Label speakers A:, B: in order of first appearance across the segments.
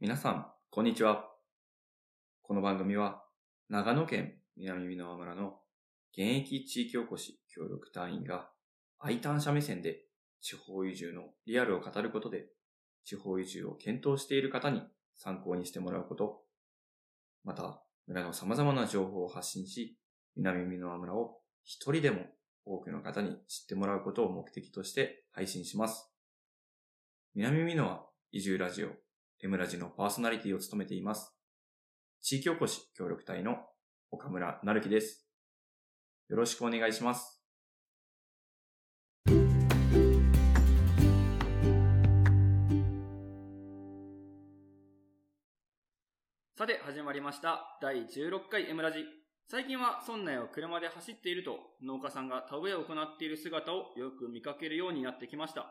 A: 皆さん、こんにちは。この番組は、長野県南箕輪村の現役地域おこし協力隊員が、愛探者目線で地方移住のリアルを語ることで、地方移住を検討している方に参考にしてもらうこと、また、村の様々な情報を発信し、南箕輪村を一人でも多くの方に知ってもらうことを目的として配信します。南美濃は移住ラジオ、エムラジのパーソナリティを務めています。地域おこし協力隊の岡村なるきです。よろしくお願いします。
B: さて、始まりました。第16回 M ラジ。最近は村内を車で走っていると、農家さんが田植えを行っている姿をよく見かけるようになってきました。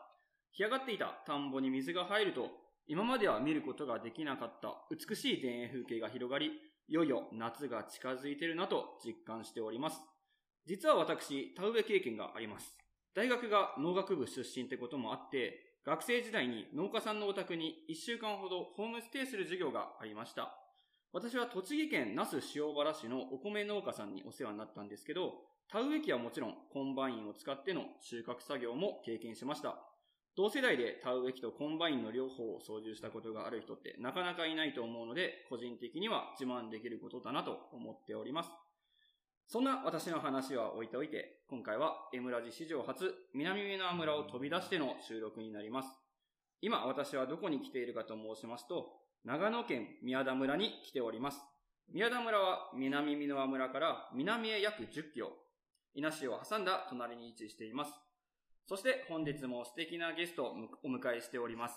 B: 干上がっていた田んぼに水が入ると、今までは見ることができなかった美しい田園風景が広がり、いよいよ夏が近づいてるなと実感しております。実は私、田植え経験があります。大学が農学部出身ってこともあって、学生時代に農家さんのお宅に1週間ほどホームステイする授業がありました。私は栃木県那須塩原市のお米農家さんにお世話になったんですけど、田植え機はもちろんコンバインを使っての収穫作業も経験しました。同世代で田植え機とコンバインの両方を操縦したことがある人ってなかなかいないと思うので、個人的には自慢できることだなと思っております。そんな私の話は置いておいて、今回は M ラジ史上初、南上野村を飛び出しての収録になります。今私はどこに来ているかと申しますと、長野県宮田村に来ております。宮田村は南箕輪村から南へ約10キロ、伊那市を挟んだ隣に位置しています。そして本日も素敵なゲストをお迎えしております。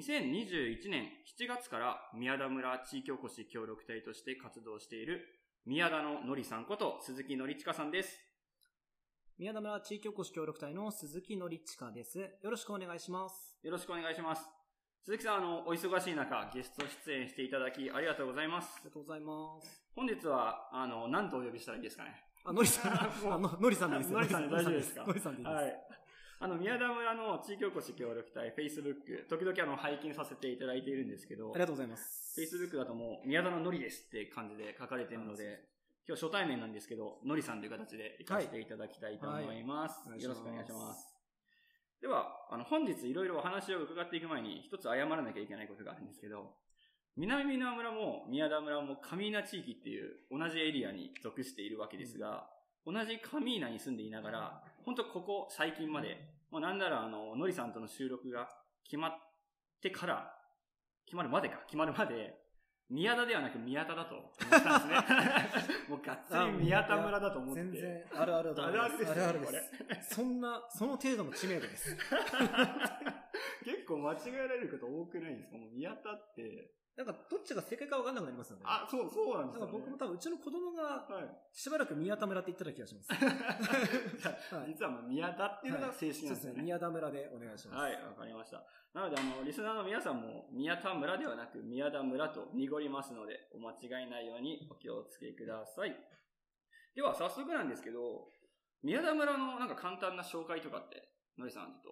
B: 2021年7月から宮田村地域おこし協力隊として活動している宮田ののりさんこと鈴木のりちかさんです。
C: 宮田村地域おこし協力隊の鈴木のりちかです。よろしくお願いします。
B: よろしくお願いします。鈴木さん、あの、お忙しい中、ゲスト出演していただきありがとうございます
C: あり。がとうございます。
B: 本日は、あの、何とお呼びしたらいいですかね。
C: あ、の りさん、あののりさんでいいですよ。
B: のりさんで大丈夫ですか
C: のりさんでいいです。
B: はい。あの、宮田村の地域おこし協力隊、Facebook、時々あの、拝見させていただいているんですけど
C: あり、がとうございます。
B: Facebook だともう、宮田ののりですって感じで書かれているので、今日初対面なんですけど、のりさんという形で行かせていただきたいと思います。
C: はい
B: よろしくお願いします。。では、あの、本日いろいろお話を伺っていく前に、一つ謝らなきゃいけないことがあるんですけど、南箕輪村も宮田村も上稲地域っていう同じエリアに属しているわけですが、同じ上稲に住んでいながら、本当ここ最近まで、まあなんならあの、のりさんとの収録が決まってから、決まるまでか、決まるまで、宮田ではなく宮田だと思った んですね。もうがっつり宮田村だと思って。
C: 全然、あるあるだと思いま
B: あるあるですよね
C: あるあるで
B: こ
C: す。そんな、その程度の知名度です。
B: 結構間違えられること多くないですかもう宮田って。
C: なんか、どっちが正解かわかんなくなりますよね。
B: あ、そう、そうなん
C: な
B: で
C: ん
B: すよ、
C: か
B: ね。
C: 僕も多分、うちの子供が、
B: はい。
C: しばらく宮田村って言ってた気がしま す。はい
B: 実はもう宮田っていうのが正式なんで
C: そうで
B: す
C: す
B: よ
C: ね。
B: ね。
C: 宮田村でお願いします。
B: はい、わかりました。なので、あの、リスナーの皆さんも、宮田村ではなく、宮田村と濁りますので、お間違いないようにお気をつけください。では、早速なんですけど、宮田村のなんか簡単な紹介とかって、のりさんちょっ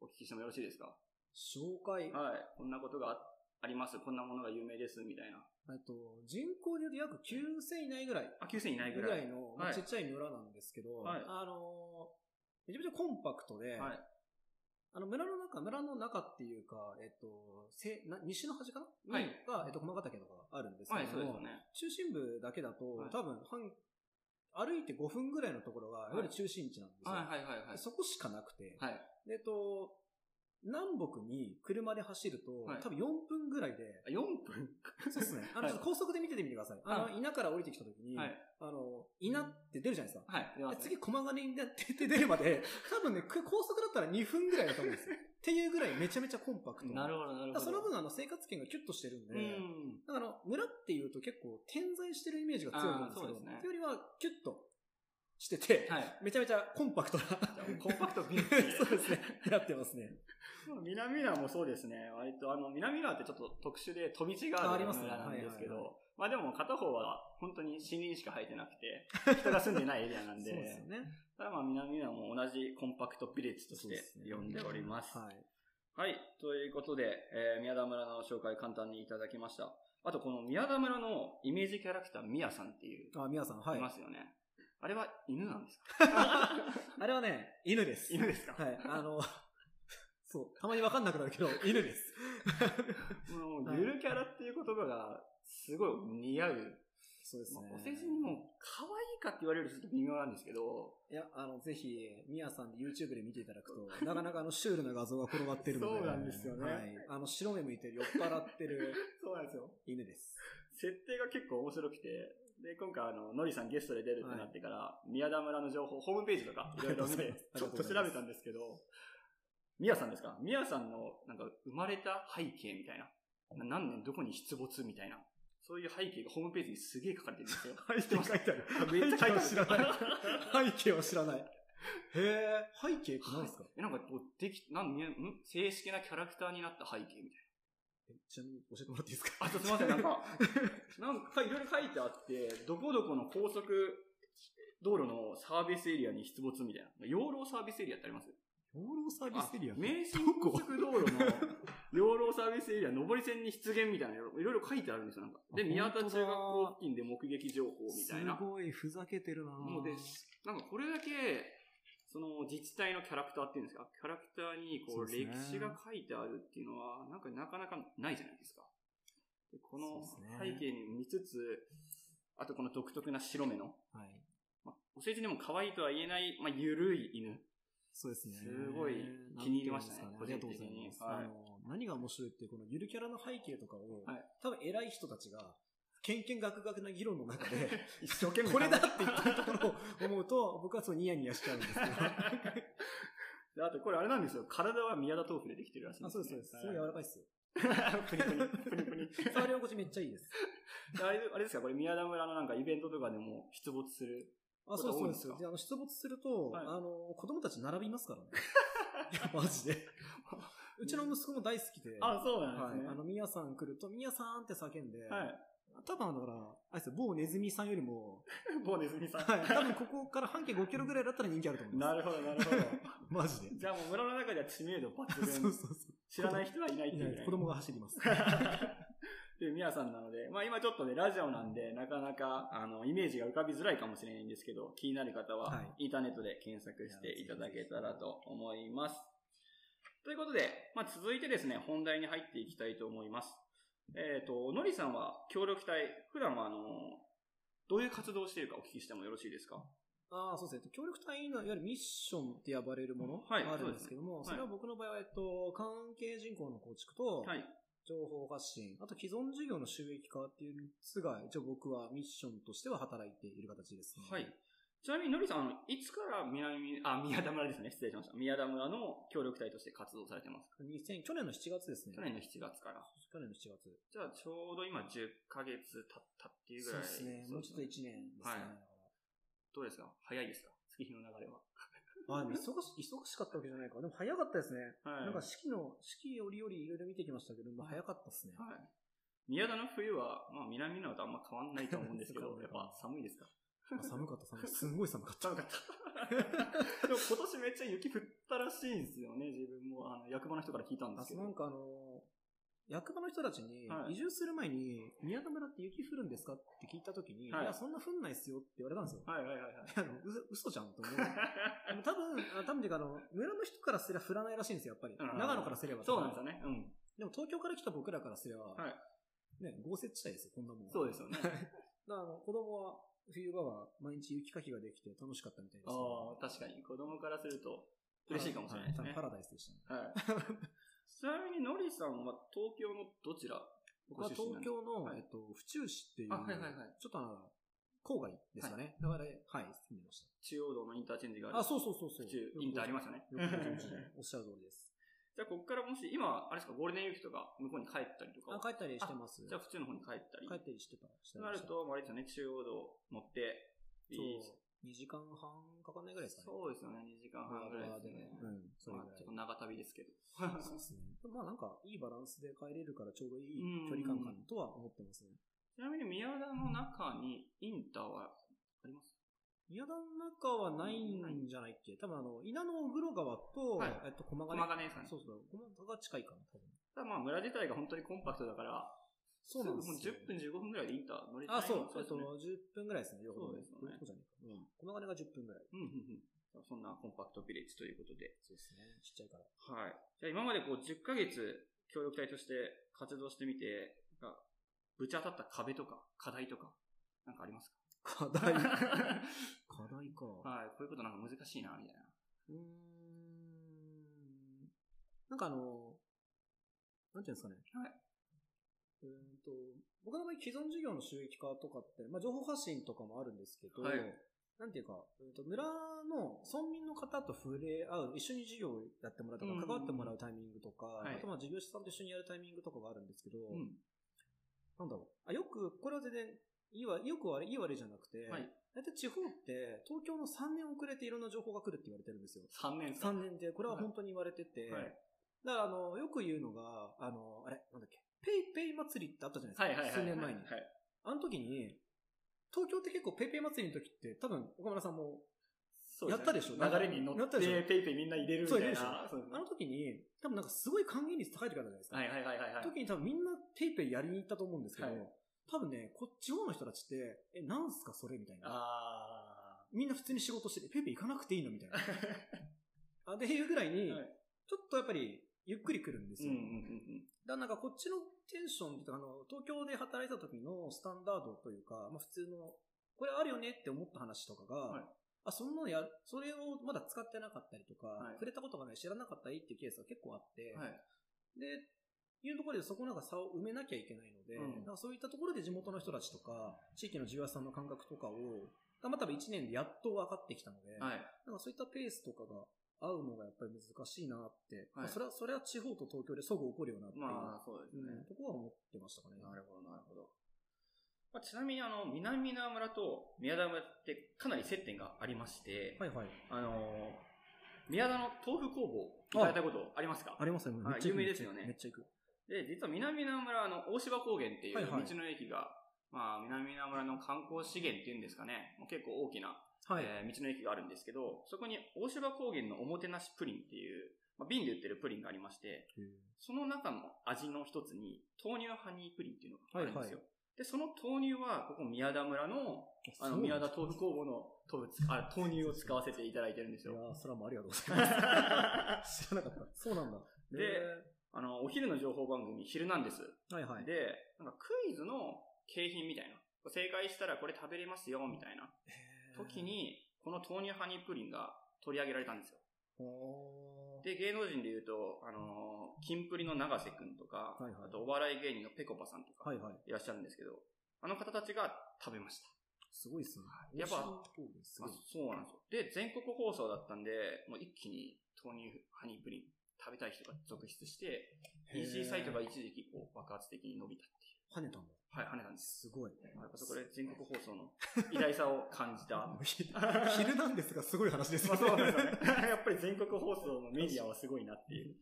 B: とお聞きしてもよろしいですか
C: 紹介。
B: はい、こんなことがああります、こんなものが有名です、みたいな。
C: えっと、人口で言うと約9000いないぐらい。
B: あ、9000いないぐ
C: ぐ
B: ら
C: ら
B: い。
C: いの、ま
B: は
C: あ
B: い
C: ちっちゃい村なんですけど、
B: はい
C: あのーめちゃめちゃコンパクトで、
B: はい。
C: あの村の中、村の中っていうか、えっと、せな西の端かな、
B: はい
C: にが、えっと、駒ヶ岳とかあるんですけ
B: は
C: ど
B: い、そう
C: も、
B: ですよね。
C: 中心部だけだと、
B: はい
C: 多分半、歩いて5分ぐらいのところが、いわゆる中心地なんですよ。
B: はいはいはいはい。
C: そこしかなくて、
B: はい。
C: でえっと、南北に車で走ると、
B: はい
C: 多分4分ぐらいで、
B: あ4分
C: そうですね。あ
B: は
C: の、
B: い
C: ちょっと高速で見ててみてください。あの、稲から降りてきた時に、
B: はい。
C: あの、稲って出るじゃないですか。
B: はい。出ますね
C: 次、駒ヶ根に出て出るま で、多分ね、く高速だったら2分ぐらいだと思うんですよ。っていうぐらいめちゃめちゃコンパクト。
B: なる
C: ほ
B: ほど、なるほど。
C: その分、あの、生活圏がキュッとしてるんで、
B: うん。
C: だから、村っていうと結構点在してるイメージが強いと思うんですけど、
B: あーそうですね
C: っていうよりは、キュッとして て、
B: はい。
C: めちゃめちゃコンパクトな、
B: じゃあもうコンパクトビ
C: そうですね。やってますね。
B: 南浦もそうですね。割と、あの、南浦ってちょっと特殊で飛び地がある
C: あありま
B: 村
C: すね
B: なんですけ
C: はいはい
B: ど、まあでも片方は本当に森林しか生えてなくて、人が住んでないエリアなん
C: そうです
B: で
C: よ、ね。
B: ただまあ南浦も同じコンパクトビレッジとし
C: そうで
B: て
C: すね
B: 呼んでおります。
C: はい。
B: はい。ということで、えー宮田村の紹介簡単にいただきました。あと、この宮田村のイメージキャラクター、ミヤさんっていう、
C: あ、皆さん、はいい。
B: ますよね。あれは犬なんですか
C: あれはね、犬です。
B: 犬ですか
C: はい。あの、 そう、たまにわかんなくなるけど、犬です。
B: もう、ゆるキャラっていう言葉が、すごい似合う。
C: そうです
B: まあ
C: ね。
B: お世辞にも、可愛いかって言われるとちょっと微妙なんですけど、
C: いや、あの、ぜひ、みやさんで YouTube で見ていただくと、なかなかあの、シュールな画像が転がってるので。
B: そうなんですよね
C: はい。あの、白目向いてる、酔っ払ってる
B: そうなんですよ。
C: 犬です。
B: 設定が結構面白くて、で、今回あの、のりさんゲストで出るってなってから、宮田村の情報、ホームページとか、いろいろ見
C: ありがとうござい
B: て
C: ま
B: ち
C: す、
B: ょっと調べたんですけど、宮さんですか宮さんの、なんか、生まれた背景みたいな。な何年どこに出没みたいな。そういう背景がホームページにすげえ書かれてるんですよ。
C: 背景書いてある。めっちゃ知らない。背景は知らない。へえ、背景って何ですか
B: え、なんか、こう、でき、なん、ん正式なキャラクターになった背景みたいな。
C: えちなみに教えてもらっていいですか
B: あ、ちょっとすみませ ん、なんか、 なんかいろいろ書いてあって、どこどこの高速道路のサービスエリアに出没みたいな。養老サービスエリアってあります
C: 養老サービスエリア
B: あ名神高速道路の養老サービスエリア上り線に出現みたいな、いろいろ書いてあるんですよ、なんか。で、
C: あ
B: 宮田中学校
C: 本当だ
B: 付近で目撃情報みたいな
C: す。ごい、ふざけてるなぁ
B: もうです。なんかこれだけ、その自治体のキャラクターっていうんですか、キャラクターにこう
C: そうで
B: 歴
C: すね
B: 史が書いてあるっていうのは、なんかなかなかないじゃないですか。でこの
C: そうです
B: 背
C: ね
B: 景に見つつ、あとこの独特な白目の、
C: はい。
B: まあ、お世辞でも可愛いとは言えない、まあ、ゆるい犬。
C: そうですね。
B: すごい気に入りましたね
C: なんていうんですかねありがとうござい
B: 個人的にはい
C: ます。あの、何が面白いって、このゆるキャラの背景とかを、
B: はい
C: 多分偉い人たちが、けんけんがくがくな議論の中で、
B: 一生懸
C: これだって言ったところを思うと、僕はそうニヤニヤしちゃうん ですけど。
B: であとこれあれなんですよ。体は宮田豆腐でできてるらしいん
C: あ、
B: で
C: そうです
B: す、
C: そう
B: ね。
C: です。すごい柔らかいです
B: は
C: よ。
B: い プニプニ、プニプニ。
C: 触り心地めっちゃいいです。
B: であれあれですかこれ宮田村のなんかイベントとかでも出没する。
C: あ、そうですそうで
B: これ多いんですか
C: すよ。で、あの、出没すると、
B: はい
C: あの、子供たち並びます からね。いや、マジで。うちの息子も大好きで、
B: あ、そうなん
C: は
B: ですね。
C: い。あの、みやさん来ると、みやさんって叫んで、
B: はい。
C: 多分あのだから、あれですよ、某ネズミさんよりも、
B: ボーネズミさん。
C: はい。多分ここから半径5キロぐらいだったら人気あると思い
B: な
C: ま
B: るほど、なるほ ど。
C: す。マジで。
B: じゃあもう村の中では知名度抜
C: そうそう
B: 群。
C: そう。
B: 知らない人はいないって
C: い
B: い
C: な
B: う
C: い
B: ぐ
C: で
B: ら
C: す
B: い。
C: 子供が走ります。
B: っていう皆さんなの で、まあ今ちょっとね、ラジオなんで、なかなか、あの、イメージが浮かびづらいかもしれないんですけど、気になる方は
C: は、
B: インターネットで検索していただけたらと思います。ということで、まあ続いてですね、本題に入っていきたいと思います。えっ、と、のりさんは協力隊、普段はあの、どういう活動をしているかお聞きしてもよろしいですか
C: ああ、そうですね。協力隊のいわゆるミッションって呼ばれるもの
B: はい
C: があるんですけども、
B: そうですね
C: それは僕の場合は、えっと、関係人口の構築と、
B: はい。
C: 情報発信、あと既存事業の収益化っていう3つが、一応僕はミッションとしては働いている形ですね。
B: はい。ちなみに、のりさん、あの、いつから南、あ、宮田村ですね。失礼しました。宮田村の協力隊として活動されてますか
C: 2000去年の7月ですね。
B: 去年の7月から。
C: 去年の7月。
B: じゃあ、ちょうど今10ヶ月経ったっていうぐ
C: そ
B: ら
C: う
B: い。
C: ですね。もうちょっと1年です
B: は
C: ね。
B: いどうですか早いですか月日の流れは。
C: まあ、でも忙し、忙しかったわけじゃないか。でも早かったですね。
B: はい
C: なんか四季の、四季折々いろいろ見てきましたけど、まあ早かった ですね。
B: はい。宮田の冬は、まあ、南のとあんま変わんないと思うんですけど
C: そう、か
B: やっぱ寒いですか
C: まあ寒かった、寒かった。すんごい寒か った。
B: 寒かった。でも今年めっちゃ雪降ったらしいんですよね。自分も、あの、役場の人から聞いたんで
C: あ
B: すけ
C: そ
B: ど。
C: うなんかあの役場の人たちに
B: は、い
C: 移住する前に、宮田村って雪降るんですかって聞いたときに、
B: はい
C: いや、そんな降んないっすよって言われたんですよ。
B: はいはいはいはい。
C: あの、嘘嘘じゃんと思う。でも多分、あ多分っていうかあの、村の人からすれば振らないらしいんですよ、やっぱり。
B: うん
C: 長野からすれば。
B: そうなんですよね。うん。
C: でも東京から来た僕らからすれば、
B: は
C: ね、豪雪地帯ですよ、こんなもん。
B: そうですよね。
C: だからあの、子供は、冬場は毎日雪かきができて楽しかったみたいですけど。
B: ああ、確かに子供からすると嬉しいかもしれないですね。
C: はパラダイスでしたね。
B: はい。 ちなみに、のりさんは東京のどちら
C: 僕は東京の、
B: はい
C: えっと、府中市っていう、
B: あはいはいはい
C: ちょっとあの、郊外ですかね。だから、はい、住んでまし
B: 中央道のインターチェンジがある。
C: た。あ、そうそうそうそう。
B: 府中インターありますよね。
C: よくご存知で おっしゃる通りです。
B: じゃあ、こっからもし、今、あれですか、ゴールデンウィークとか、向こうに帰ったりとか
C: あ
B: は。
C: 帰ったりしてます。
B: じゃあ、府中の方に帰ったり。
C: 帰ったりしてた。して
B: と
C: ま
B: な
C: し
B: る
C: た
B: と、まああれですよね、中央道乗って、
C: そ。
B: いいう
C: 2時間半かかんないぐらいですかね。
B: そうですよね、2時間半ぐらいですね。
C: うん、それ
B: まあ
C: ぐら
B: ちょっ
C: い
B: と。長旅ですけど。
C: そうですね。まあなんか、いいバランスで帰れるからちょうどいい距離感かなとは思ってますね。
B: ちなみに、宮田の中にインターはあります
C: 宮田の中はないんじゃないっけ多分あの、稲の小黒川と、
B: はい
C: えっと、駒ヶ根。
B: 駒ヶ根ですかね
C: そうそう。駒ヶ根が近いかな、多分。
B: ただまあ村自体が本当にコンパクトだから、
C: そうなんですよ
B: ぐもう10分15分ぐらいでインター乗れちゃ
C: あ、そう。
B: そう
C: えっ
B: です
C: と、
B: ね。
C: 10分ぐらいですね、両方。
B: そうですよね
C: 両方じゃねえか。うん。駒ヶ根が10分ぐらい。
B: うんうんうん。そんなコンパクトビレッジということで。
C: そうですね。ちっちゃいから。
B: はい。じゃあ今までこう10ヶ月協力隊として活動してみて、なんか、ぶち当たった壁とか課題とか、なんかありますか
C: 課題。 課題か。
B: はい。こういうことなんか難しいな、みたいな。
C: うーん。なんかあの、なんていうんですかね。
B: はいう
C: ーんと、僕の場合既存事業の収益化とかって、まあ情報発信とかもあるんですけど、
B: はい
C: なんていうか、うーんと村の村民の方と触れ合う、一緒に事業をやってもらうとか
B: うん、
C: 関わってもらうタイミングとか、
B: い
C: あとまあ事業者さんと一緒にやるタイミングとかがあるんですけど、
B: うん。
C: なんだろう。あ、よく、これは全然、いいわ、よく悪い、いい悪いじゃなくて、
B: はい。
C: 大体地方って、東京の3年遅れていろんな情報が来るって言われてるんですよ。
B: 3年
C: 3年で、これは本当に言われてて、
B: はい。
C: だからあの、よく言うのが、あの、あれ、なんだっけ、ペイペイ祭りってあったじゃ
B: は
C: な
B: い
C: いで
B: はい
C: すか、
B: はい。
C: 数年前に
B: はい。。
C: あの時に、東京って結構ペイペイ祭りの時って、多分、岡村さんも、
B: そうすね
C: やったでしょ
B: 流れに乗
C: や
B: っ
C: ったでし
B: て、
C: ょ
B: ペイペイみんな入れるみたいな。そうです
C: あの時に、多分なんかすごい還元率高い時あったじゃないですか。
B: はいはいはいはいはい。
C: 時に多分みんなペイペイやりに行ったと思うんですけど、
B: はい
C: 多分ね、こっち方の人たちって、え、なんすかそれみたいな。
B: あ
C: みんな普通に仕事してて、ペイペイ行かなくていいの みたいな。あっていうぐらいに、
B: はい
C: ちょっとやっぱり、ゆっくり来るんで
B: ー。
C: す
B: うん
C: よ。
B: うんうん
C: だからなんかこっちのテンションっていうか、あの、東京で働いた時のスタンダードというか、まあ普通の、これあるよねって思った話とかが、
B: はい
C: あ、そんなのや、それをまだ使ってなかったりとか、
B: はい
C: 触れたことがない、知らなかったりっていうケースが結構あって、
B: うん。はい。
C: で、いうところでそこなんか差を埋めなきゃいけないので、
B: うん
C: なんかそういったところで地元の人たちとか、地域の住民さんの感覚とかを、がまあ多分1年でやっと分かってきたの
B: は
C: で、
B: い。
C: なんかそういったペースとかが合うのがやっぱり難しいなって、
B: はい
C: まあそれは、それは地方と東京で相互起こるようなっていう、
B: まあ、そうです
C: う
B: ね
C: ん、。とこは思ってましたかね。
B: なるほど、なるほど。まあ、ちなみに、あの、南名村と宮田村ってかなり接点がありまして、
C: はいはい。
B: あのー宮田の豆腐工房、行かれたことありますか
C: ありますよね。
B: はい
C: めっちゃ行く
B: 有名ですよね
C: めっちゃ行く。
B: で、実は南名村は、あの、大芝高原っていう
C: はい
B: 道
C: はい
B: の駅が、まあ、南名村の観光資源っていうんですかね、もう結構大きな、
C: はい。
B: えー道の駅があるんですけど、そこに大芝高原のおもてなしプリンっていう、まあ、瓶で売ってるプリンがありまして、その中の味の一つに、豆乳ハニープリンっていうのがあるんですよ。
C: はいはい
B: で、その豆乳は、ここ宮田村の、あの、
C: そうな
B: 宮
C: んだ
B: 田豆腐工房の豆腐つあ豆乳を使わせていただいてるんです
C: い
B: よ。
C: やーそれはもうありがとうございます。知らなかった。 そうなんだ。
B: であの、お昼の情報番組、昼なんです。
C: えーはいはい。
B: で、なんかクイズの景品みたいな。正解したらこれ食べれますよ、みたいな時に、この豆乳ハニープリンが取り上げられたんですよ。
C: ほー、
B: で、芸能人で言うと、あのー、キンプリの永瀬くんとか、
C: はいは
B: あ
C: い
B: とお笑い芸人のぺこぱさんとか
C: はいはい。
B: いらっしゃるんですけど、あの方たちが食べました。
C: すごいっすね。
B: やっぱ
C: 面白いすご
B: あ
C: い。
B: そうなんですよ。で、全国放送だったんで、もう一気に豆乳ハニープリン食べたい人が続出して、
C: へー
B: EC サイトが一時期こう爆発的に伸びたっていう。
C: 跳ねたんだ。
B: はい、跳ねたんです。
C: すごい。
B: やっぱそこで全国放送の偉大さを感じた。ま
C: 昼なんですが、すごい 話です
B: あそうなんですよね。やっぱり全国放送のメディアはすごいなっていう。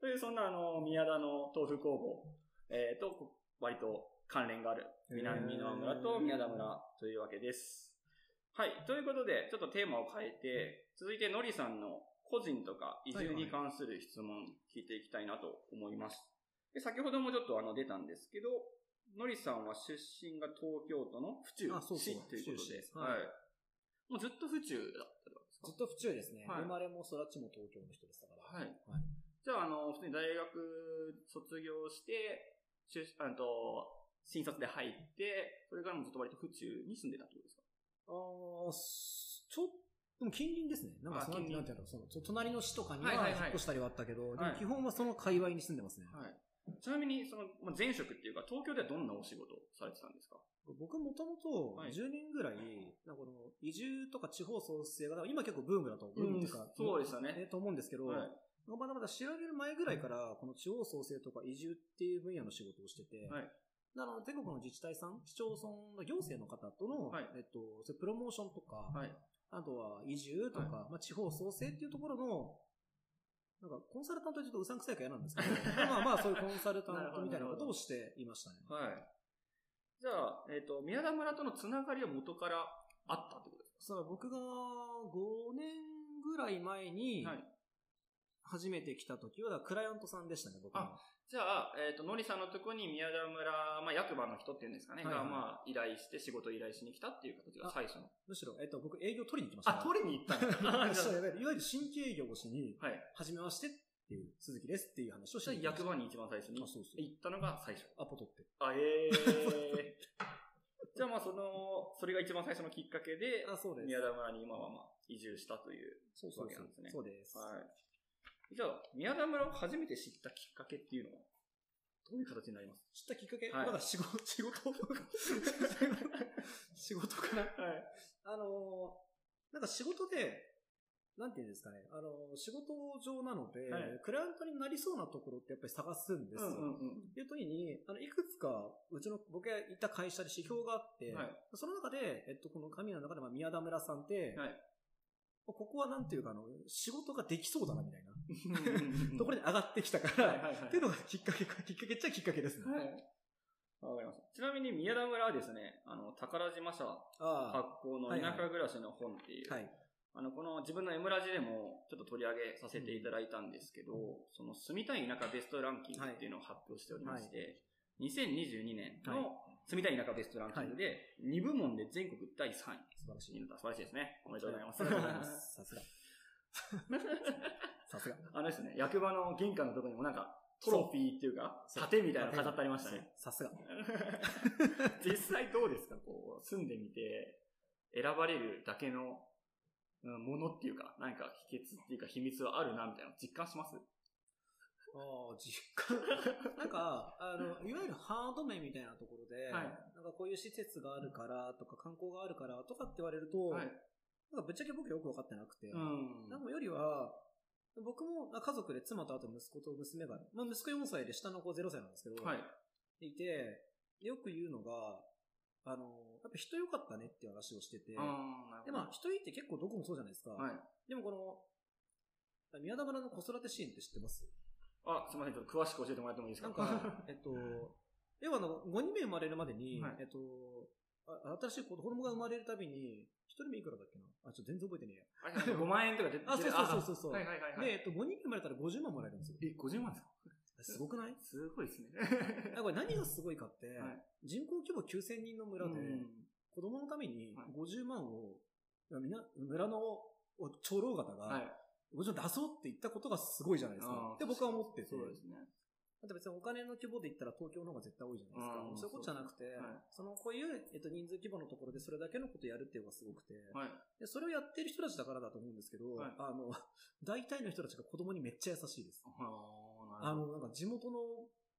B: という、そんなあの、宮田の豆腐工房、えー、と、こ割と関連がある南の村と宮田村というわけです。はい。ということで、ちょっとテーマを変えて、続いてのりさんの個人とか移住に関する質問聞いていきたいなと思います。で先ほどもちょっとあの出たんですけど、のりさんは出身が東京都の府中
C: あそうそう
B: 市ということ
C: 府中市
B: で
C: で、す
B: はい
C: はい。
B: もうずっと府中だったわけですか
C: ずっと府中ですね。
B: はい
C: 生まれも育ちも東京の人でしたから。
B: はい。じゃあ、あの、普通に大学卒業して、就あのと新卒で入って、それからもずっと割と府中に住んでたってことですか
C: あーすちょっでも近隣ですね。なんかそ
B: あ
C: の、
B: 近隣
C: なんていうの、その、そ隣の市とかには
B: はいはい
C: 引
B: はい
C: っ越したりはあったけど、で
B: は
C: も
B: い
C: 基本はその界隈に住んでますね。
B: はい。ちなみに、その、まあ前職っていうか、東京ではどんなお仕事をされてたんですか
C: 僕もともと
B: はい
C: 10年ぐらい、なんかこの移住とか地方創生が、今結構ブームだと、ブームっていうか、
B: そうですよね。
C: ね、と思うんですけど、
B: はい。
C: まだまだ調べる前ぐらいから、この地方創生とか移住っていう分野の仕事をしてて、
B: はい
C: なので全国の自治体さん、市町村の行政の方との、
B: はい
C: えっと、それプロモーションとか、
B: はい。
C: あとは移住とか、まあ、地方創生っていうところの、なんかコンサルタントはちょっとうさんくさいから嫌なんですけど、 まあまあそういうコンサルタントみたいなことをしていましたね。
B: はい。じゃあ、えっ、と、宮田村とのつながりは元からあったってことです
C: さあ、僕が5年ぐらい前に、
B: はい。
C: 初めて来た時は、だからクライアントさんでしたね、僕
B: あ
C: は。
B: じゃあ、えっ、と、のりさんのとこに宮田村、まあ、役場の人っていうんですかね、
C: はいはい
B: が、まあ、依頼して、仕事依頼しに来たっていう形が最初の。
C: むしろ、えっと、僕営業取りに行きました
B: あ
C: ね、
B: 取りに行ったん だ。あじゃ
C: そういわゆるいわゆる新規営業をしに、
B: あはい。
C: はじめましてっていう、鈴木ですっていう話をし
B: そ
C: て
B: して
C: 行き
B: 役
C: ま
B: 場
C: し
B: に一番最初に
C: た。
B: 行
C: あ、そうそう。
B: ったのが最初。
C: アポ取って。
B: あ、ええ じゃあまあその、それが一番最初のきっかけで、
C: あ、そうです
B: 宮。田村に今はまあ移住したという。
C: そうそう
B: わけなんです
C: そう
B: ね。
C: そうです。
B: はい。じゃあ、宮田村を初めて知ったきっかけっていうのは、どういう形になります
C: 知ったきっかけ、
B: はい
C: まだ仕事、仕事 仕事かな
B: はい。
C: あのーなんか仕事で、なんていうんですかね、あのー仕事上なので、
B: はい
C: クライアントになりそうなところってやっぱり探すんです
B: う
C: よ。
B: んうんうん。
C: っていう時に、あの、いくつか、うちの、僕がいた会社で指標があって、
B: はい
C: その中で、えっと、この神の中で、まあ、宮田村さんって、
B: はい
C: ここはなんていうか、あの、仕事ができそうだな、みたいな、と
B: とこ
C: こ
B: ろ
C: ろ
B: で、
C: に上がってきたから、
B: はいはいはい
C: っていうのがきっかけか、きっかけっちゃきっかけですね。
B: はい。わかりました。ちなみに宮田村はですね、あの、宝島社
C: あ
B: 発行の田舎暮らしの本っていう
C: あ、、はい。
B: あの、この自分の M ラジでもちょっと取り上げさせていただいたんですけど、その住みたい田舎ベストランキングっていうのを発表しておりまして、2022年
C: はい
B: の住みたい田舎ベストランキングで、2部門で全国第3位。
C: 素晴らし
B: いい
C: い。
B: のだ素晴らしいですね。おめでとうございます。
C: ありがとうござい ます。さすが。さすが。
B: あのですね、役場の玄関のとこにもなんか、ト
C: そう
B: ロフィーっていうか、盾みたいなの飾ってありましたね。
C: そう。さすが。
B: 実際どうですかこう、住んでみて、選ばれるだけの、うんものっていうか、何か秘訣っていうか秘密はあるな、みたいなの実感します
C: ああ、実感。なんか、あの、いわゆるハード面みたいなところ
B: は
C: で、
B: い
C: なんかこういう施設があるからとか観光があるからとかって言われると、
B: はい。
C: なんかぶっちゃけ僕よく分かってなくて、
B: うん
C: なんかよりは、僕もあ家族で妻とあと息子と娘が、まあ息子4歳で下の子0歳なんですけど、
B: はい。
C: でいて、よく言うのが、あの、やっぱ人良かったねっていう話をしてて、
B: あ
C: で、まあ人いいって結構どこもそうじゃないですか。
B: はい。
C: でもこの、宮田村の子育てシーンって知ってます
B: あ、すみません。ちょっと詳しく教えてもらってもいいです
C: な
B: か
C: んか、えっと、要はあの、5人目生まれるまでに、
B: はい
C: えっと、あ新しい子供が生まれるたびに、1人目いくらだっけなあ、ちょっと全然覚えてねえや。
B: あ5万円とか出て
C: あ、そうそうそうそう。
B: はいはいはい、はい。
C: で、えっと、5人生まれたら50万もらえるんですよ。
B: え、50万ですか
C: すごくない
B: すごいですね。
C: あこれ何がすごいかって、
B: はい
C: 人口規模9000人の村で、子供のために
B: はい
C: 50万を、いやみんな、村のお長老 方
B: はい
C: が、。50万出そうって言ったことがすごいじゃないですか。って僕は思ってて。
B: そうですね。
C: だって別にお金の規模で言ったら東京の方が絶対多いじゃない
B: うん
C: ですか。そういうことじゃなくて、
B: はい
C: そのこういう、えっと、人数規模のところでそれだけのことやるっていうのがすごくて、
B: はい。
C: でそれをやってる人たちだからだと思うんですけど、
B: はい
C: あの、 大体の人たちが子供にめっちゃ優しいです。
B: あーな
C: あ
B: るほど
C: の、なんか地元の道を、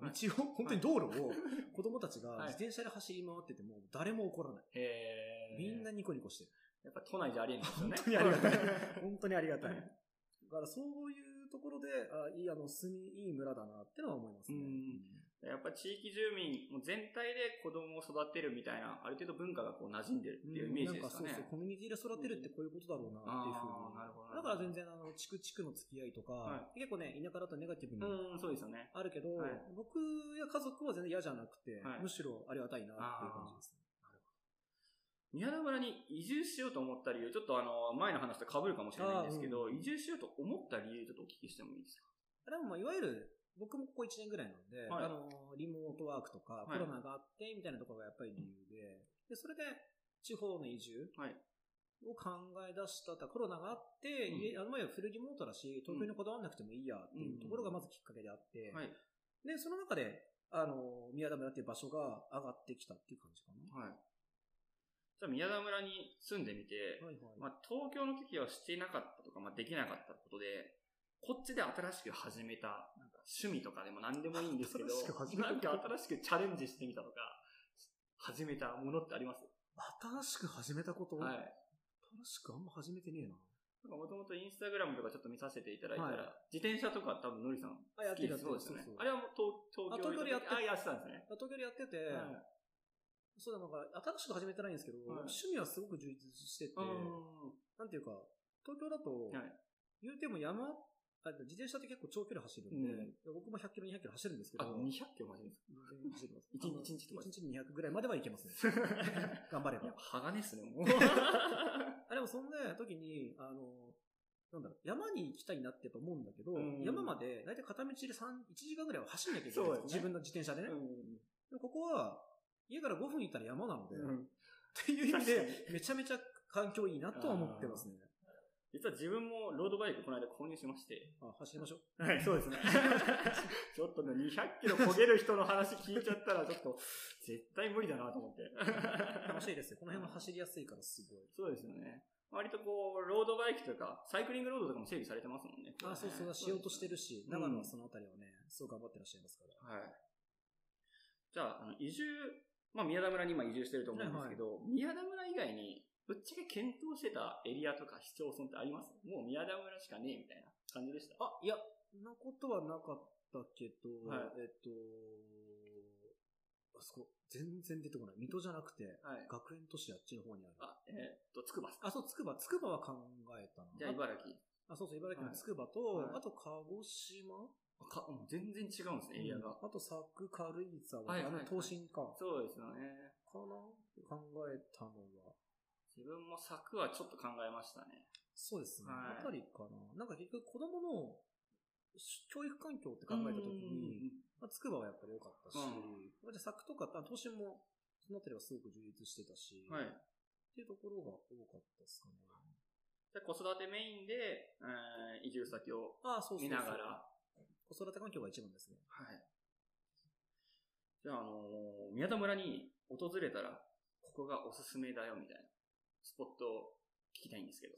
B: はい
C: 道を、本当に道路を 子供たちが
B: はい
C: 自転車で走り回ってても誰も怒らない。
B: へえ。
C: みんな、ニコニコしてる。
B: やっぱ都内じゃありえないですよね。。
C: 本当にありがたい本当にありがたい。だからそういうところで、あいい、あの、住み、いい村だなってのは思いますね。
B: うんやっぱ地域住民も全体で子供を育てるみたいな、ある程度文化がこう馴染んでるっていうイメージですかね。
C: なんかそうそう、コミュニティで育てるってこういうことだろうなっていうふう
B: あ
C: に。
B: あ、なるほど。
C: だから全。然、あの、地区地区の付き合いとか、
B: は
C: 結構ね、田舎だとネガティブに
B: うん、そうですよね。
C: あるけど、
B: はい
C: 僕や家族は全然嫌じゃなくて、
B: はい
C: むしろありがたいなっていう感じですね。
B: 宮田村に移住しようと思った理由、ちょっとあの、前の話と被るかもしれないんですけど、移住しようと思った理由、ちょっとお聞きしてもいいですか
C: あれはもういわゆる、僕もここ1年ぐらいなんで、
B: はい
C: あの、リモートワークとか、
B: い
C: コロナがあって、みたいなところがやっぱり理由で、で、それで、地方の移住
B: はい
C: を考え出したと、コロナがあって、
B: うん
C: 家あの前はフルリモートだし、東京にこだわらなくてもいいやっていうところがまずきっかけであって、
B: はい。
C: で、その中で、あの、宮田村っていう場所が上がってきたっていう感じかな。
B: はい。じゃあ宮田村に住んでみて、
C: はいはい。
B: まあ、東京の時はしていなかったとか、まあ、できなかったことで、こっちで新しく始めた、なんか趣味とかでも何でもいいんですけど、
C: 新しく始めた
B: なんか新しくチャレンジしてみたとか、始めたものってあります
C: 新しく始めたこと、
B: はい。
C: 新しくあんま始めてねえ
B: な
C: な。
B: んかもともとインスタグラムとかちょっと見させていただいたら、
C: はい
B: 自転車とか多分のりさん
C: あ、や
B: 好きですそうですよね。あれはもう東東京
C: あ東京でやって
B: あ、やってたんですね。
C: 東京でやってて、
B: はい
C: そうだ、なんか、新しく始めてないんですけど、
B: はい
C: 趣味はすごく充実してて、
B: うん
C: なんていうか、東京だと、
B: はい
C: 言うても山、ああ自転車って結構長距離走るんで、
B: うん
C: 僕も100キロ、200キロ走るんですけ
B: あ、
C: ど、
B: 200キロ走るんです
C: 全然走
B: 一日一日と
C: ります。
B: か
C: 一日に200ぐらいまではいけます ね。頑張れ
B: かやっ
C: ば。
B: ぱ鋼っすね、もう。
C: あ、でもそんな時に、あの、なんだろう、山に行きたいなってやっぱ思うんだけど、
B: うん
C: 山まで大体片道で3、1時間ぐらいは走んなきゃいけ
B: そ
C: な
B: う
C: いん
B: で
C: で
B: ね
C: すす自分の自転車でね。でもここは、家から5分行ったら山なので、
B: う
C: っ
B: ん
C: ていう意味
B: 確
C: で、めちゃめちゃ環境いいなとは思ってますね。
B: 実は自分もロードバイクこの間購入しまして。
C: あ走りましょう。
B: はい、そう ですね。ちょっとね、200キロ焦げる人の話聞いちゃったら、ちょっと、絶対無理だなと思って。
C: 楽しいですよ。この辺は走りやすいからすごい。
B: そうですよね。割とこう、ロードバイクというか、サイクリングロードとかも整備されてますもんね。
C: あ、そうそう、しようとしてるし、
B: うん
C: 長野はそのあたりはね、すごい頑張ってらっしゃいますから。
B: はい。じゃあ、あの移住、まあ、宮田村に今移住してると思うんですけど、宮田村以外に、ぶっちゃけ検討してたエリアとか市町村ってありますもう宮田村しかねえみたいな感じでした。
C: あ、いや、そんなことはなかったけど、
B: はい
C: えっと、あそこ、全然出てこない。水戸じゃなくて、
B: はい。
C: 学園都市あっちの方にある。あ、
B: あ、えーっと、つくばっすか
C: そう、つくば。つくばは考えたな。
B: じゃあ、茨城。
C: あ、そうそう、茨城のつくばと、
B: はい
C: あと鹿児島
B: あかうん全然違うんですね、エリアが。
C: あと佐久、軽井沢、
B: はいはいはい
C: あの、東進か。か
B: そうですよね。
C: な考えたのは。
B: 自分も柵はちょっと考えましたね。
C: そうですね。
B: はい
C: あたりかな。なんか結局子供の教育環境って考えたときに、まあ、つくばはやっぱり良かったし、
B: うん
C: まあじゃあ作とか、あ都心も、そのあたりはすごく充実してたし、
B: うん、はい。
C: っ
B: じ
C: ていうところが多かったですかね。
B: ゃあ、子育てメインで、えー移住先を
C: ああ、そうそうそう
B: 見ながら。
C: 子育て環境が一番ですね。
B: はい。じゃあ、あのー宮田村に訪れたら、ここがおすすめだよ、みたいな、スポットを聞きたいんです けど。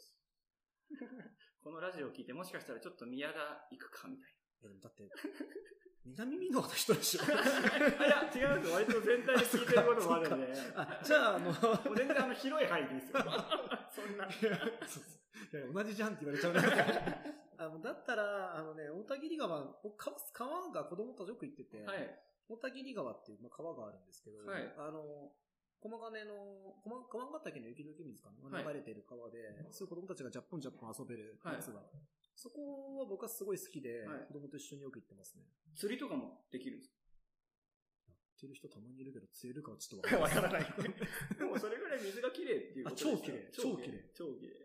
B: このラジオを聞いて、もしかしたらちょっと宮田行くか、みたい
C: いやでもだって、 南美濃の人でし ょ。
B: な。いや、違うんですよ。割と全体で聞いてることもあるんで。
C: あ、じゃあ、あの、い
B: もう全然あの広い範囲でいい ですよ。そんな。
C: やそうそういや同じじゃんって言われちゃ うね。あのだったら、あのね、大田切川、僕川川が子供たちよく行ってて、
B: はい。
C: 大田切川っていう、まあ、川があるんですけど、
B: はい
C: あの、駒金の、駒駒ヶ岳の雪解け水かな、
B: はい
C: 流れてる川で、すごい子供たちがジャッポンジャッポン遊べる
B: はい
C: やつが、そこは僕はすごい好きで、
B: はい
C: 子供と一緒によく行ってますね。
B: 釣りとかもできるんです
C: やってる人たまにいるけど、釣れるかはちょっと
B: か
C: わかんな
B: ら な
C: い。
B: い。でもそれぐらい水が綺麗っていうことですよ
C: あ超綺麗
B: 超
C: 超
B: 綺
C: 綺
B: 麗
C: 麗。
B: 超綺麗。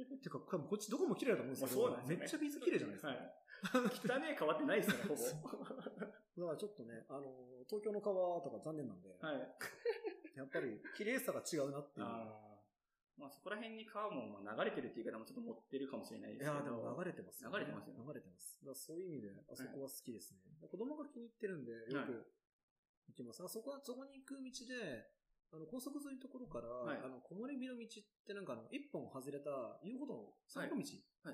C: てか、これこっちどこも綺麗だと思うんですけ
B: ま
C: ど、
B: あそうなんですよね
C: めっちゃ水綺麗じゃないですか。
B: はい。 汚ねえ変わってないですよね、ほぼ。
C: だからちょっとね、あの、東京の川とか残念なんで、
B: はい。
C: やっぱり綺麗さが違うなっていう。
B: あーまあそこら辺に川もまあ流れてるっていう言い方もちょっと持ってるかもしれないですけ
C: い
B: ど。
C: やーでも流れてます
B: 流れてますよ
C: 流れてます。だからそういう意味で、あそこは好きですね。子供が気に入ってるんで、よく行きます。あそこは、そこに行く道で、あの、高速沿いのところから、
B: はい
C: あの、木漏れ日の道ってなんかあの、一本外れた遊歩道、散歩道、
B: は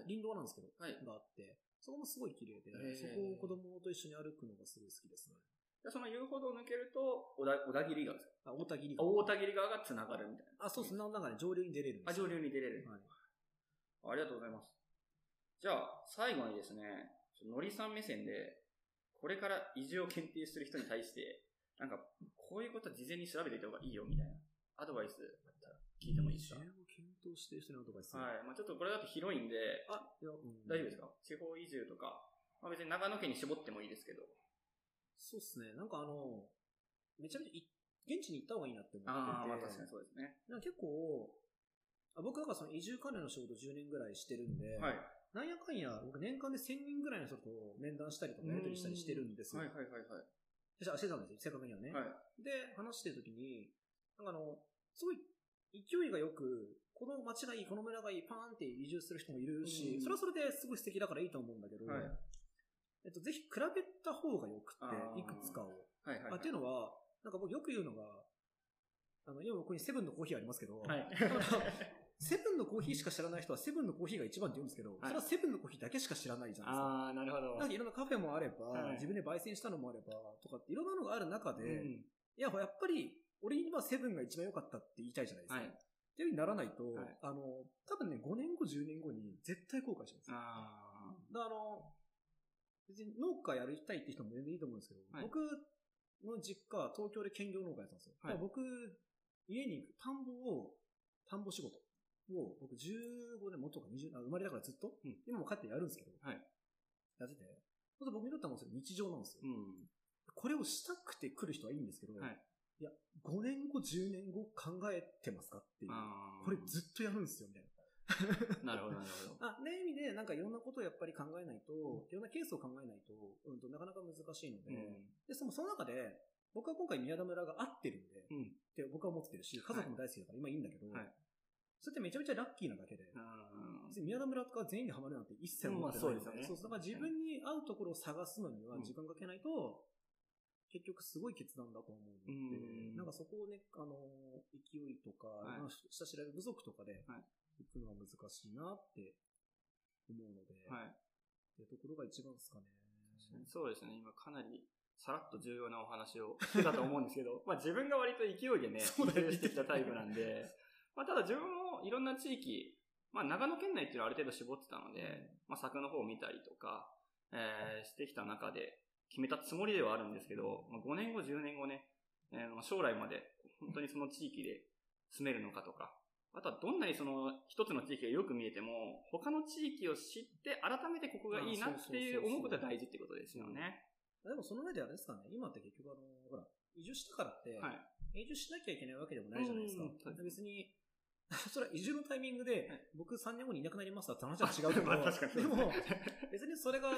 B: い
C: 林道なんですけど、
B: はい。
C: があって、そこもすごい綺麗で
B: へー、
C: そこを子供と一緒に歩くのがすごい好きですね。
B: でその遊歩道を抜けると、小田小田切川です
C: あ、大田切
B: あ
C: 川。
B: 大田切川が繋がるみたいな。
C: あ、そうそう、なんかね、上流に出れるん
B: あ、
C: です
B: 上
C: よ。
B: 流に出れる。
C: はい。
B: ありがとうございます。じゃあ、最後にですね、のりさん目線で、これから移住を検定する人に対して、なんか、こういうことは事前に調べていた方がいいよ、みたいな、アドバイスあったら聞いてもいいですか
C: 移住を検討してる人のアドバイス。
B: はい。まあちょっとこれだと広いんで、
C: あ、いや、うん
B: 大丈夫ですか地方移住とか、まあ別に長野県に絞ってもいいですけど。
C: そうっすね。なんかあの、めちゃめちゃい現地に行った方がいいなって思ってて。
B: ああ、まあ確かにそうですね。
C: なんか結構、あ僕なんかその移住関連の仕事10年ぐらいしてるんで、
B: はい。
C: なんやかんや僕年間で1000人ぐらいの人と面談したりとかやり取りしたりしてるんですよ。
B: はいはいはいはい。
C: じゃあしてたんですよ、正確にはね。
B: はい。
C: で、話してる時に、なんかあの、すごい勢いがよく、この街がいい、この村がいい、パーンって移住する人もいる
B: う
C: し
B: ん、
C: それはそれですごい素敵だからいいと思うんだけど、
B: はい
C: えっと、ぜひ比べた方がよく
B: あ
C: っ
B: ー
C: て、いくつかを。
B: はいはい。
C: あっていうのは、なんか僕よく言うのが、あの、今ここにセブンのコーヒーありますけど、
B: はい。
C: セブンのコーヒーしか知らない人はセブンのコーヒーが一番って言うんですけど、それはセブンのコーヒーだけしか知らないじゃないですか。
B: ああ、なるほど
C: なんかいろんなカフェもあれば、
B: はい
C: 自分で焙煎したのもあれば、とかっていろんなのがある中で、
B: う
C: い
B: ん。
C: や、やっぱり、俺にはセブンが一番良かったって言いたいじゃないですか。
B: はい
C: っ。ていうふうにならないと、
B: はい
C: あの、多分ね、5年後、10年後に絶対後悔します。
B: あ
C: だからあの、別に農家やりたいって人も全然いいと思うんですけど、
B: はい
C: 僕の実家、東京で兼業農家やってたんですよ。
B: はい
C: だから僕、家に田んぼを、田んぼ仕事を、僕15年もとか20、あ生まれだからずっと、
B: うん
C: 今も帰ってやるんですけど、
B: はい
C: やってて、ほんと僕にとってはもうそれ日常なんですよ。
B: うん。
C: これをしたくて来る人はいいんですけど、
B: はい
C: や、5年後、10年後考えてますかっていう。
B: あー
C: これずっとやるんですよ、みたいな。
B: なるほど、なるほど。
C: あ、ね、意味で、なんかいろんなことをやっぱり考えないと、いろんなケースを考えないと、うんと、なかなか難しいので、で、そのその中で、僕は今回宮田村が合ってるんで、
B: うん
C: って僕は思ってるし、家族も大好きだから今いいんだけど、
B: はい
C: それってめちゃめちゃラッキーなだけで、
B: あ
C: 別に宮田村とか全員にハマるなんて一切思ってない、
B: うんまあそうですよね
C: そうだから自分に合うところを探すのには
B: うん
C: 時間かけないと、結局すごい決断だと思うので、
B: うん
C: なんかそこをね、あのー勢いとか、
B: はい
C: まあ下調べ不足とかで
B: はい、
C: 行くのは難しいなって思うので、
B: ーはい。
C: っていうところが一番ですかね。
B: そうですね、今かなりさらっと重要なお話をしてたと思うんですけど、 まあ自分が割と勢いでね、
C: そうだよね
B: 移住してきたタイプなんで、まあただ自分もいろんな地域、まあ長野県内っていうのはある程度絞ってたので、まあ柵の方を見たりとか、えーしてきた中で決めたつもりではあるんですけど、まあ、5年後、10年後ね、えーまあ将来まで本当にその地域で住めるのかとか、あとはどんなにその一つの地域がよく見えても、他の地域を知って改めてここがいいなっていう思うことは大事ってことですよね。
C: でもその上であれですかね、今って結局あの、ほら、移住したからって、
B: はい。
C: 移住しなきゃいけないわけでもないじゃないですか
B: うんうんうんそう。で
C: 別に、 それは移住のタイミングで
B: はい、
C: 僕3年後にいなくなりますって話は違うけど、
B: まあ確かに
C: でも、別にそれが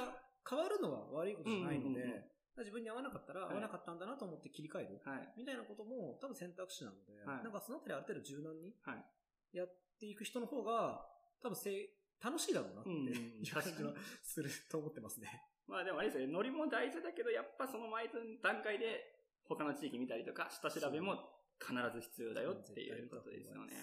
C: 変わるのは悪いことじゃないので
B: うんうんうんうん、
C: 自分に合わなかったら
B: はい
C: 合わなかったんだなと思って切り替える、
B: はい。
C: みたいなことも多分選択肢なので、
B: はい
C: なんかそのあたりある程度柔軟に
B: はい
C: やっていく人の方が、多分せい楽しいだろうなって
B: うんうん
C: いう感じはすると思ってますね。
B: まあでもあれですよね、ノリも大事だけど、やっぱその毎段階で他の地域見たりとか、下調べも必ず必要だよっていうことですよね。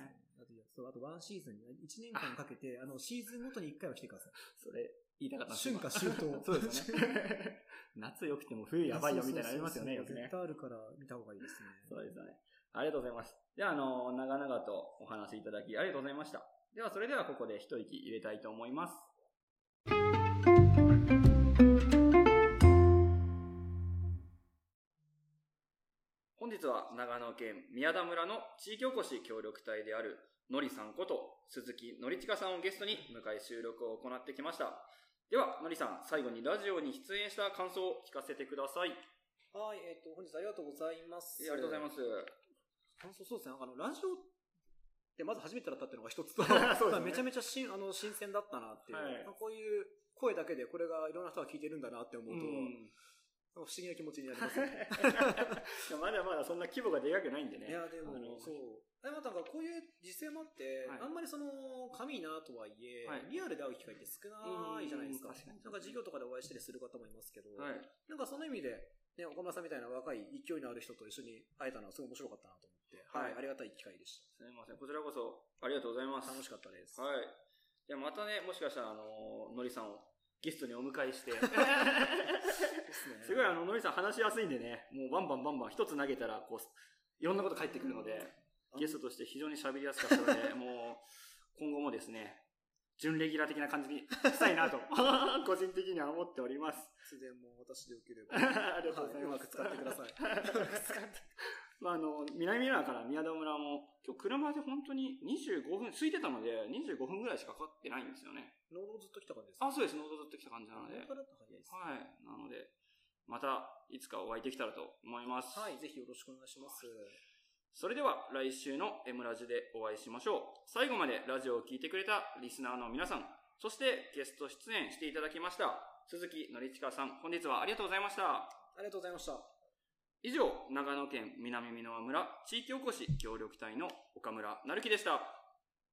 C: あといや。そう、あとワンシーズンに、1年間かけて、あの、シーズンごとに1回は来てください。
B: それ、言いたかったんです
C: 春夏秋 冬
B: そうですよね。 夏良くても冬やばいよみたいなのありますよね、
C: そ
B: よ
C: う
B: く
C: そうそう
B: ね
C: 絶。対あるから見た方がいいですね。
B: そうですよね。ありがとうございます。では、あの、長々とお話しいただきありがとうございました。では、それではここで一息入れたいと思います。本日は長野県宮田村の地域おこし協力隊であるのりさんこと鈴木のりちかさんをゲストに迎え収録を行ってきました。では、のりさん、最後にラジオに出演した感想を聞かせてください。
C: はい、えっ、と、本日ありがとうございます。。
B: えありがとうございますす。
C: 感想そうですね。あの、ラジオってまず初めてだったっていうのが一つと、
B: そうですね
C: ただめちゃめちゃ新あの新鮮だったなっていう、
B: はい
C: まあこういう声だけでこれがいろんな人が聞いてるんだなって思うと、
B: うん
C: 不思議な気持 ちになりますね。
B: いやまだまだそんな規模がでかくないんでね。
C: いや、でも
B: あの、
C: そう。でもなんかこういう実践もあって、
B: はい
C: あんまりその、神なとはいえ、
B: はい
C: リアルで会う機会って少ないじゃないですか。
B: うん確かに
C: なんか授業とかでお会いしたりする方もいますけど、
B: はい。
C: なんかその意味で、ね、岡村さんみたいな若い勢いのある人と一緒に会えたのはすごい面白かったなと思って、
B: は
C: はいい、ありがたい機会でし
B: すみません。こちらこそ、ありがとうございま
C: た。
B: す。
C: 楽しかったです。
B: はい。じゃあまたね、もしかしたら、あのー、のりさんをゲストにお迎えして。
C: ですね。
B: すごい、あの、のりさん話しやすいんでね、もうバンバンバンバン一つ投げたら、こう、いろんなこと返ってくるので、
C: あの
B: ゲストとして非常に喋りやすかったの で、もう、今後もですね、準レギュラー的な感じにしたいなと、 個人的には思っております。
C: 突然もう私でよけれ ば。
B: ありがとうございます。
C: はい、うまく使ってください。
B: まあ、あの、南浦和から宮田村も、今日車で本当に25分、空いてたので、25分ぐらいしかかかってないんですよね。
C: ノードずっと来た感じですか
B: あ、そうです。ノート取ってきた感じなので。は
C: ノードだと早いですね。
B: い。なので、また、いつかお会いできたらと思います。
C: はい、ぜひよろしくお願いします。
B: それでは、来週の M ラジでお会いしましょう。最後までラジオを聞いてくれたリスナーの皆さん、そしてゲスト出演していただきました、鈴木のりちかさん、本日はありがとうございました。
C: ありがとうございました。
B: 以上、長野県南箕輪村地域おこし協力隊の岡村成樹でした。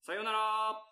B: さようなら。